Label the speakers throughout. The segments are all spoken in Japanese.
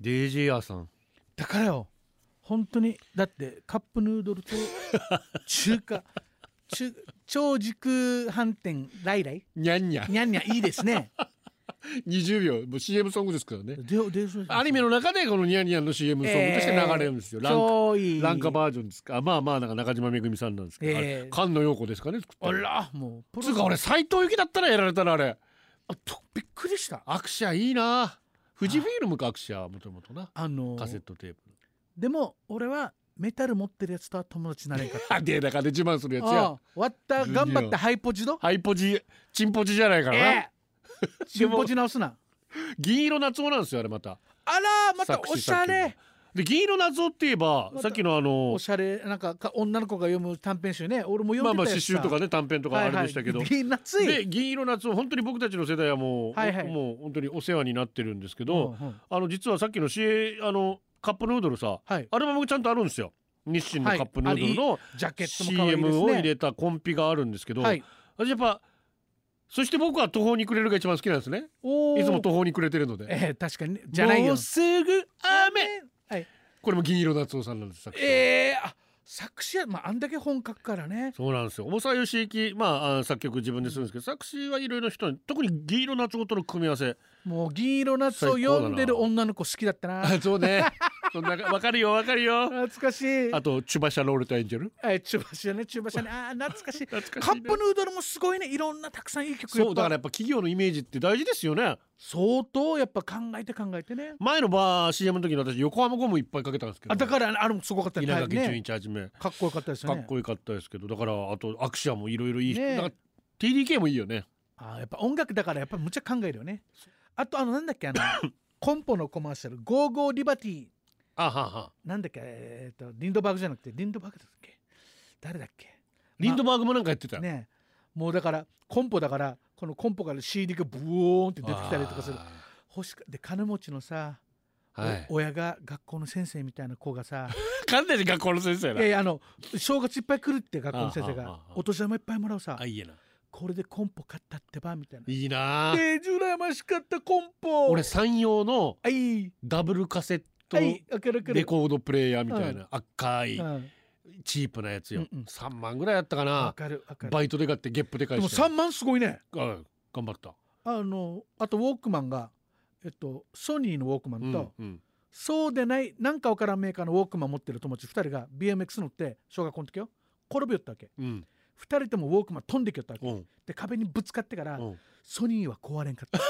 Speaker 1: DJ 屋さん
Speaker 2: だからよ本当にだってカップヌードル と中華中超熟飯店来来
Speaker 1: にゃんにゃん
Speaker 2: にゃんにゃんいいですね
Speaker 1: 20秒もう CM ソングですからね
Speaker 2: ででそう
Speaker 1: アニメの中でこのニャンニャンの CM ソングとして流れるんですよ、ランク
Speaker 2: 超いい
Speaker 1: ランカバージョンですかあまあまあなんか中島めぐみさんなんですけど、あれ
Speaker 2: ええ
Speaker 1: 菅野陽子ですかね作った
Speaker 2: あ
Speaker 1: の
Speaker 2: らもうプ
Speaker 1: つうか俺斎藤由貴だったらやられたらあれ
Speaker 2: あとびっくりした
Speaker 1: アクシャいいなフジフィルムかアクシャもともとな
Speaker 2: あの
Speaker 1: カセットテープ
Speaker 2: でも俺はメタル持ってるやつとは友達になれんかった
Speaker 1: あでだから自慢するやつ
Speaker 2: あ
Speaker 1: や
Speaker 2: あ割った
Speaker 1: ジュニア
Speaker 2: 頑張ったハイポジド
Speaker 1: ハイポジチンポジじゃないからな、
Speaker 2: ええチンポジ直すな
Speaker 1: 銀色夏男なんですよあれまた
Speaker 2: あらまた
Speaker 1: 作
Speaker 2: お
Speaker 1: 詞
Speaker 2: しゃ
Speaker 1: 作曲
Speaker 2: れ
Speaker 1: で銀色夏男って言えば
Speaker 2: また
Speaker 1: さっきのあの
Speaker 2: おしゃれなんかか女の子が読む短編集ね俺も読んでた
Speaker 1: まあまあ
Speaker 2: や
Speaker 1: 刺
Speaker 2: つさ
Speaker 1: 繍とかね短編とかあれでしたけど、
Speaker 2: はいはい、夏い
Speaker 1: で銀色夏男本当に僕たちの世代はもう、
Speaker 2: はいはい
Speaker 1: もう本当にお世話になってるんですけ
Speaker 2: うん
Speaker 1: ど、
Speaker 2: うん
Speaker 1: あの実はさっきの CA あのカップヌードルさ
Speaker 2: はい
Speaker 1: アルバムがちゃんとあるんですよ日清のカップヌードルの
Speaker 2: ジャケットも可愛いですね
Speaker 1: CM を入れたコンピがあるんですけど、
Speaker 2: はい
Speaker 1: 私やっぱそして僕は途方に暮れるが一番好きなんですね
Speaker 2: おー
Speaker 1: いつも途方に暮れてるので
Speaker 2: ええ確かにじゃない
Speaker 1: も
Speaker 2: よ
Speaker 1: うすぐ雨
Speaker 2: はい
Speaker 1: これも銀色夏男さんなんです作詞は
Speaker 2: ええあ作詞はまああんだけ本書くからね
Speaker 1: そうなんですよ重沢義行まああ作曲自分でするんですけど、作詞はいろいろ人に特に銀色夏男との組み合わせ
Speaker 2: もう銀色夏を読んでる女の子好きだったな
Speaker 1: あそうね そんなわかるよわかるよ
Speaker 2: 懐かしい
Speaker 1: あとチュバシャロールとエンジェル
Speaker 2: はいチュバシャねチュバシャねあー懐かしい
Speaker 1: 懐
Speaker 2: カップヌードルもすごいねいろんなたくさんいい曲
Speaker 1: そうだから
Speaker 2: や
Speaker 1: やっ
Speaker 2: っぱ
Speaker 1: ぱ企業のイメージって大事ですよね
Speaker 2: 相当やっぱ考えて考えてね
Speaker 1: 前のバー CM の時の私横浜ゴムいっぱいかけたんですけど
Speaker 2: あだからあれもすごかったね
Speaker 1: 稲垣
Speaker 2: はい
Speaker 1: 潤
Speaker 2: ね
Speaker 1: 一はじめ
Speaker 2: かっこよかったです
Speaker 1: か
Speaker 2: よね
Speaker 1: っこよかったですけどだからあとアクシアもいろいろいい人
Speaker 2: ねえ
Speaker 1: なんか TDK もいいよね
Speaker 2: あーやっぱ音楽だからやっぱりむっちゃ考えるよねあとあのなんだっけ あのコンポのコマーシャル「ゴーゴーリバティ
Speaker 1: あはは」
Speaker 2: なんだっけえー、とリンドバーグじゃなくてリンドバーグだっけ誰だっけ
Speaker 1: リンドバーグもなんかやってたよ
Speaker 2: ねもうだからコンポだからこのコンポから CD がブオーンって出てきたりとかする欲しかで金持ちのさ、
Speaker 1: あーはい
Speaker 2: お親が学校の先生みたいな子 がさ
Speaker 1: 完全に学校の先生
Speaker 2: いや
Speaker 1: だ
Speaker 2: いやあの正月いっぱい来るって学校の先生
Speaker 1: あーあー
Speaker 2: が
Speaker 1: あーあー
Speaker 2: お年玉いっぱいもらうさ
Speaker 1: あいいな
Speaker 2: これでコンポ買ったってばみたいな。
Speaker 1: いいな
Speaker 2: えー、羨ましかったコンポ
Speaker 1: 俺山陽の
Speaker 2: はい
Speaker 1: ダブルカセット
Speaker 2: はいわかるわかる
Speaker 1: レコードプレイヤーみたいな赤い
Speaker 2: うん
Speaker 1: チープなやつよ
Speaker 2: うんうん
Speaker 1: 3万ぐらいやったか
Speaker 2: わ
Speaker 1: な
Speaker 2: かるわかる
Speaker 1: バイトで買ってゲップで
Speaker 2: で
Speaker 1: 返
Speaker 2: も
Speaker 1: して
Speaker 2: 3万すごいね
Speaker 1: うん頑張った
Speaker 2: あのあとウォークマンがえっとソニーのウォークマ
Speaker 1: う
Speaker 2: ンと、
Speaker 1: んうん
Speaker 2: そうでないなんかわからんメーカーのウォークマン持ってる友達2人が BMX 乗って小学校の時よ転びよったわけ
Speaker 1: うん
Speaker 2: 2人ともウォークマン飛んできよったわけ
Speaker 1: うん
Speaker 2: で壁にぶつかってから
Speaker 1: うん
Speaker 2: ソニーは壊れん かった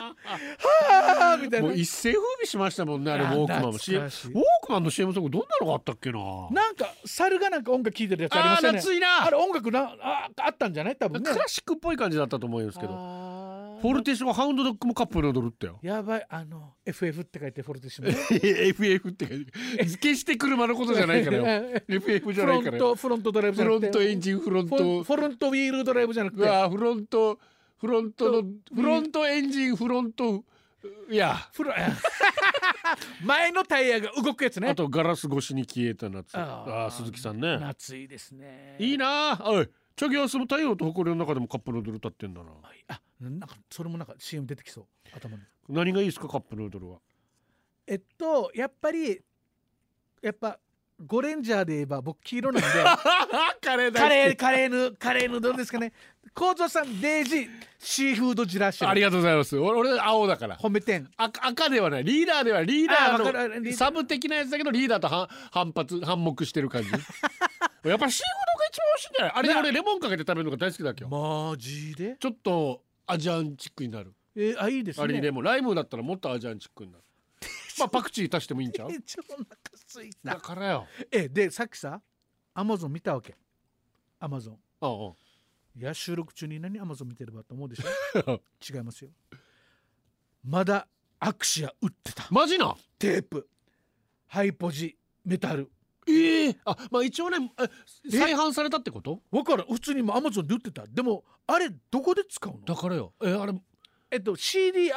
Speaker 2: はあみたい
Speaker 1: も
Speaker 2: な
Speaker 1: う一世風靡しましたもんねあれウォークマンも CM ウォ
Speaker 2: 懐かしい
Speaker 1: ークマンの CM ソングどんなのがあったっけな
Speaker 2: なんか猿がなんか音楽聴いてるやつありま
Speaker 1: あ
Speaker 2: し
Speaker 1: ー
Speaker 2: たね
Speaker 1: 夏い
Speaker 2: あ
Speaker 1: な
Speaker 2: れ音楽なああったんじゃない多分ね
Speaker 1: クラシックっぽい感じだったと思うんですけど
Speaker 2: あー
Speaker 1: フォルティスもハウンドドッグもカップヌードルっ てよ
Speaker 2: やばいあの FF って書いてフォルティシモ
Speaker 1: FF って書いて決して車のことじゃない からよ FF じゃ
Speaker 2: フ
Speaker 1: な
Speaker 2: ロ
Speaker 1: いから
Speaker 2: ン
Speaker 1: よ
Speaker 2: トフロントドライブじ
Speaker 1: フ
Speaker 2: ゃな
Speaker 1: ロ
Speaker 2: くて
Speaker 1: ントエンジンフロン
Speaker 2: フォン
Speaker 1: ト
Speaker 2: フロントウィールドライブじゃなく
Speaker 1: う
Speaker 2: て
Speaker 1: わフロントフロントの
Speaker 2: と
Speaker 1: フロントエンジンフロントいや
Speaker 2: フロ 前のタイヤが動くやつね
Speaker 1: あとガラス越しに消えた夏
Speaker 2: あー
Speaker 1: ああー鈴木さんね
Speaker 2: 夏いですね
Speaker 1: いいなあおいチョギはその太陽と埃の中でもカップヌードル歌ってんだな
Speaker 2: はいあなんかそれもなんか CM 出てきそう頭に
Speaker 1: 何がいいですかカップヌードルは
Speaker 2: えっとやっぱりやっぱゴレンジャーで言えば僕黄色なんで
Speaker 1: カレー
Speaker 2: カレーカレーヌカレーヌどうですか ね幸三さんデイジーシーフードジラッシ
Speaker 1: あ
Speaker 2: ュ
Speaker 1: りがとうございます俺俺青だから
Speaker 2: 褒めてん
Speaker 1: 赤赤ではないリーダーではリー
Speaker 2: あー
Speaker 1: ダ
Speaker 2: わか
Speaker 1: ー
Speaker 2: るリーダ
Speaker 1: の
Speaker 2: ー
Speaker 1: サブ的なやつだけどリーダーとは反発反目してる感 じやっぱシーフードが一番美味しいんじゃないあれで俺レモンかけて食べるのが大好きだっけよ
Speaker 2: マジで
Speaker 1: ちょっとアジアンチックになる
Speaker 2: えーあいいですね
Speaker 1: あれにレモンライムだったらもっとアジアンチックに なるまあパクチー足してもいいんちゃう
Speaker 2: めっちゃお腹すい
Speaker 1: だ
Speaker 2: た。
Speaker 1: からよ。
Speaker 2: え、で、さっきさ、アマゾン見たわけ。アマゾン。
Speaker 1: うんうん。
Speaker 2: いや、収録中に何アマゾン見てればと思うでし ょ違いますよ。まだアクシア売ってた。
Speaker 1: マジな。
Speaker 2: テープ、ハイポジ、メタル。
Speaker 1: ええあ、まあ一応ね、え
Speaker 2: え
Speaker 1: 再販されたってこと？
Speaker 2: わからん。普通にもアマゾンで売ってた。でも、あれ、どこで使う
Speaker 1: だ
Speaker 2: の
Speaker 1: からよ。え、あれ、
Speaker 2: えっと、CDR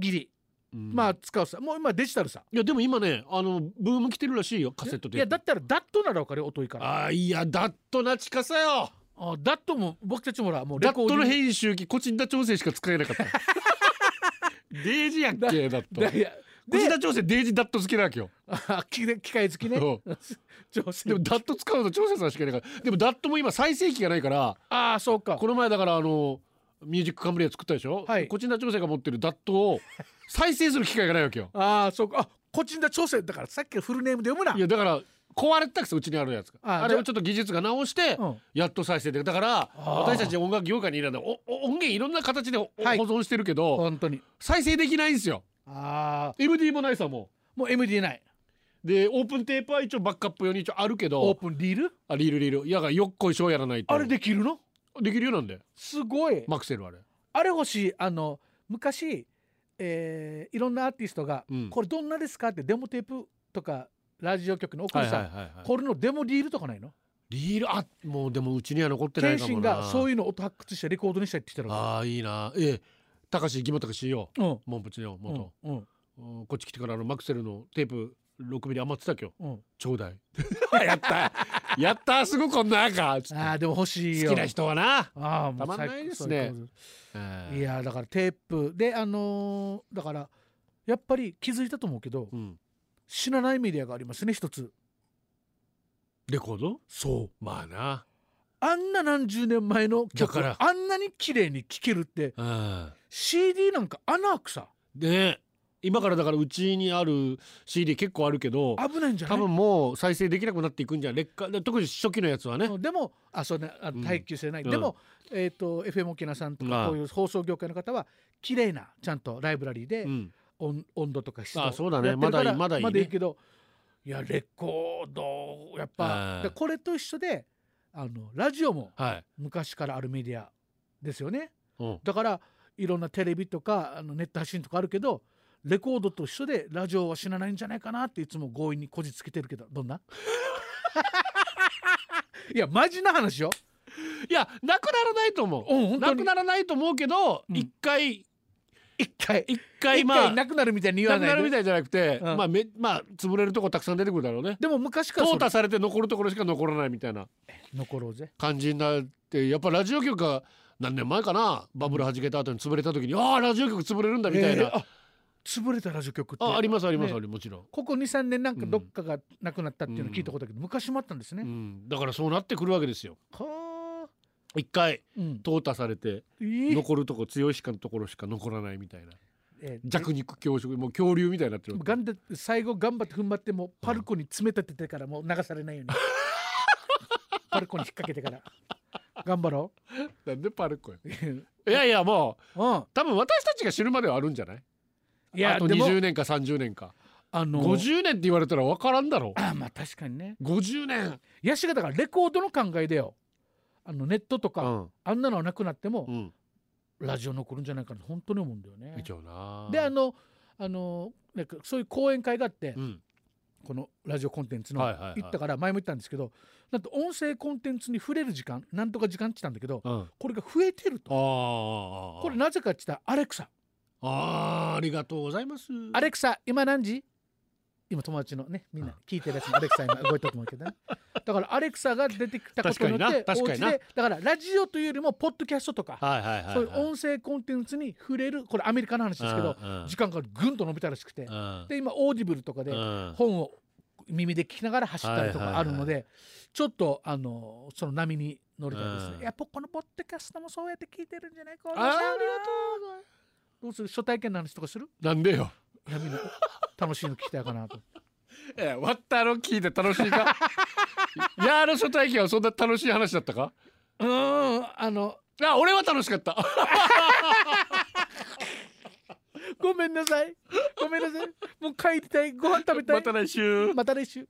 Speaker 2: 切り。まあ、。使うさ。もう今デジタルさ。
Speaker 1: いやでも今ね、あのブーム来てるらしいよ、カセットテープ。
Speaker 2: いや、だったらダットならわかるよ、音いいから。
Speaker 1: あーいやダットな近さよ。
Speaker 2: あダットも僕たちもほら、もうレ
Speaker 1: ダッ
Speaker 2: コ
Speaker 1: ト
Speaker 2: ーディン
Speaker 1: の
Speaker 2: グ
Speaker 1: 編集機、コチンダ調整しか使えなかった。デイジやっけだと
Speaker 2: だいや
Speaker 1: 藤
Speaker 2: で
Speaker 1: 田調整デイジダット好きなわけよ、
Speaker 2: あ機機械付きね
Speaker 1: うん
Speaker 2: 調整
Speaker 1: でもダット使うの調整さんしかいないからでもダットも今最盛期がないから
Speaker 2: ああそうか
Speaker 1: この前だからあのミュージックカンブリア作ったでしょ、
Speaker 2: はい
Speaker 1: こちら調整が持ってるダットを再生する機会がないわけよ
Speaker 2: ああそうかあこっちんだ調整だからさっきのフルネームで読むない
Speaker 1: やだから壊れてたくさうちにあるやつが
Speaker 2: あ
Speaker 1: あれをちょっと技術が直して、
Speaker 2: うん
Speaker 1: やっと再生できるだから
Speaker 2: あー
Speaker 1: 私たち音楽業界にいるんだおお音源いろんな形でお保
Speaker 2: はい
Speaker 1: 存してるけど、
Speaker 2: 本当に
Speaker 1: 再生できないんですよ
Speaker 2: ああ
Speaker 1: MD もないさも
Speaker 2: もう MD ないう
Speaker 1: でオープンテープは一応バックアップ用に一応あるけ
Speaker 2: オー
Speaker 1: ど
Speaker 2: プンリール
Speaker 1: あリールリールいやがよっこいしょやらないと
Speaker 2: あれできるの
Speaker 1: できるようなんだよ
Speaker 2: すごい、
Speaker 1: マクセルあれ
Speaker 2: あれ欲しいあの昔、えーいろんなアーティストが、
Speaker 1: うん
Speaker 2: これどんなですか?」ってデモテープとかラジオ局の送
Speaker 1: は
Speaker 2: る
Speaker 1: い
Speaker 2: さ、
Speaker 1: はいはいはい
Speaker 2: これのデモリールとかないの
Speaker 1: リールあもうでもうちには残ってないか
Speaker 2: 謙
Speaker 1: も
Speaker 2: 信
Speaker 1: な
Speaker 2: がそういうのを音発掘してレコードにしたいって言ってたら
Speaker 1: ああいいなええたかし義母たかしよ
Speaker 2: うん
Speaker 1: モンプチの元、
Speaker 2: うんうん
Speaker 1: うんこっち来てからあのマクセルのテープ6ミリ余ってたっけよ
Speaker 2: うん
Speaker 1: ちょうだい やったやったすごいこんなんかつって
Speaker 2: ああでも欲しいよ
Speaker 1: 好きな人はな、
Speaker 2: ああも
Speaker 1: た
Speaker 2: う
Speaker 1: まんないですね
Speaker 2: 最高
Speaker 1: ええ
Speaker 2: いやーだからテープであのーだからやっぱり気づいたと思うけど、
Speaker 1: うん、
Speaker 2: 死なないメディアがありますね一つ
Speaker 1: レコード
Speaker 2: そう
Speaker 1: まあな
Speaker 2: あんな何十年前の曲
Speaker 1: だから
Speaker 2: あんなに綺麗に聴けるって
Speaker 1: うん
Speaker 2: CD なんか穴開くさ
Speaker 1: で今からだからうちにある CD 結構あるけど
Speaker 2: 危ないんじゃな
Speaker 1: 多
Speaker 2: い
Speaker 1: 分もう再生できなくなっていくんじゃん劣化で特に初期のやつはね、
Speaker 2: うんでもあそうねあ
Speaker 1: うん
Speaker 2: 耐久性ない、
Speaker 1: うん
Speaker 2: でも、えー、と FM 沖縄さんと
Speaker 1: まあ
Speaker 2: かこういう放送業界の方は綺麗なちゃんとライブラリーで
Speaker 1: うん
Speaker 2: 温,、温度とか湿度
Speaker 1: あそうだね
Speaker 2: やってるから
Speaker 1: まだいいまだいいね
Speaker 2: まだいいけどいやレコードやっ
Speaker 1: う
Speaker 2: ぱ
Speaker 1: ん
Speaker 2: でこれと一緒であのラジオも
Speaker 1: はい、
Speaker 2: 昔からあるメディアですよね
Speaker 1: うん、
Speaker 2: だからいろんなテレビとかあのネット発信とかあるけどレコードと一緒でラジオは死なないんじゃないかなっていつも強引にこじつけてるけどどんな いやマジな話よ。
Speaker 1: いやなくならないと思う
Speaker 2: うん本
Speaker 1: な
Speaker 2: 当
Speaker 1: く
Speaker 2: に
Speaker 1: ならないと思うけど
Speaker 2: うん
Speaker 1: 一、回
Speaker 2: 一回
Speaker 1: 一
Speaker 2: 一
Speaker 1: 回まあ
Speaker 2: 回なくなるみたいに言わ
Speaker 1: なく
Speaker 2: な
Speaker 1: ないるみ
Speaker 2: で
Speaker 1: たいじゃなくて、
Speaker 2: うん
Speaker 1: まあめまあ潰れるとこたくさん出てくるだろうね
Speaker 2: でも昔からそ
Speaker 1: 淘
Speaker 2: れ
Speaker 1: 汰されて残るところしか残らないみたいな
Speaker 2: 残ろうぜ
Speaker 1: 感じになってやっぱラジオ局が何年前かなバブル弾けた後に潰れた時に、ああラジオ局潰れるんだみたいな、
Speaker 2: えーあ潰れたラジオ局って
Speaker 1: あありますあります、
Speaker 2: ね
Speaker 1: ありもちろん、
Speaker 2: ここ23年なんかどっかがなくなったっていうの聞いたことだけど、昔もあったんです
Speaker 1: う
Speaker 2: ね。
Speaker 1: ん、だからそうなってくるわけですよ
Speaker 2: はあ
Speaker 1: 一回
Speaker 2: うん、
Speaker 1: 淘汰されて
Speaker 2: えー
Speaker 1: 残るとこ強いしかのところしか残らないみたいな
Speaker 2: えー
Speaker 1: 弱肉強食もう恐竜みたいになってる
Speaker 2: がんで最後頑張って踏ん張ってもうパルコに詰め立ててからもう流されないよう にパルコに引っ掛けてから頑張ろ
Speaker 1: なんでパルコよ
Speaker 2: ううん
Speaker 1: いやいやもう
Speaker 2: い
Speaker 1: 多分私たちが知るまではあるんじゃない
Speaker 2: や
Speaker 1: あと
Speaker 2: でも
Speaker 1: 20年か30年か
Speaker 2: あの
Speaker 1: 50年って言われたら分からんだろ
Speaker 2: あまあ確かにね
Speaker 1: う50年
Speaker 2: ヤシがだからレコードの考えだよあのネットと
Speaker 1: う
Speaker 2: か、
Speaker 1: ん
Speaker 2: あんなのはなくなっても、
Speaker 1: うん
Speaker 2: ラジオ残るんじゃないかなと本当に思うんだよね
Speaker 1: 一応な
Speaker 2: であのあのなんかそういう講演会があって、
Speaker 1: うん
Speaker 2: このラジオコンテンツの、
Speaker 1: はいはいはい
Speaker 2: 行ったから前も言ったんですけどなんと音声コンテンツに触れる時間なんとか時間って言ったんだけど
Speaker 1: うん
Speaker 2: これが増えてると
Speaker 1: あー
Speaker 2: これなぜかって言ったらアレクサ
Speaker 1: あーありがとうございます
Speaker 2: アレクサ今何時今友達のねみんな聞いてるやつもアレクサ今動いたと思うけ どねだからアレクサが出てきたことによって
Speaker 1: 確かにな確かにな
Speaker 2: お家でだからラジオというよりもポッドキャストとか、
Speaker 1: はいはいはいはい
Speaker 2: そういう音声コンテンツに触れるこれアメリカの話ですけど
Speaker 1: うんうん
Speaker 2: 時間がぐんと伸びたらしくて
Speaker 1: うん
Speaker 2: で今オーディブルとかで
Speaker 1: うん
Speaker 2: 本を耳で聞きながら走ったりとかあるの
Speaker 1: はいはい
Speaker 2: で、ちょっとあのその波に乗りたいですね、
Speaker 1: うん
Speaker 2: やっぱこのポッドキャストもそうやって聞いてるんじゃないか
Speaker 1: あーありがとうございます
Speaker 2: どうする初体験の話とかする
Speaker 1: なんでよ
Speaker 2: いやみんな楽しいの聞きたいかなと
Speaker 1: え割ったの聞いて楽しいかいやあの初体験はそんな楽しい話だったか
Speaker 2: うーんあの
Speaker 1: あ俺は楽しかった
Speaker 2: ごめんなさいごめんなさいもう帰りたいご飯食べたい
Speaker 1: また来週
Speaker 2: また来週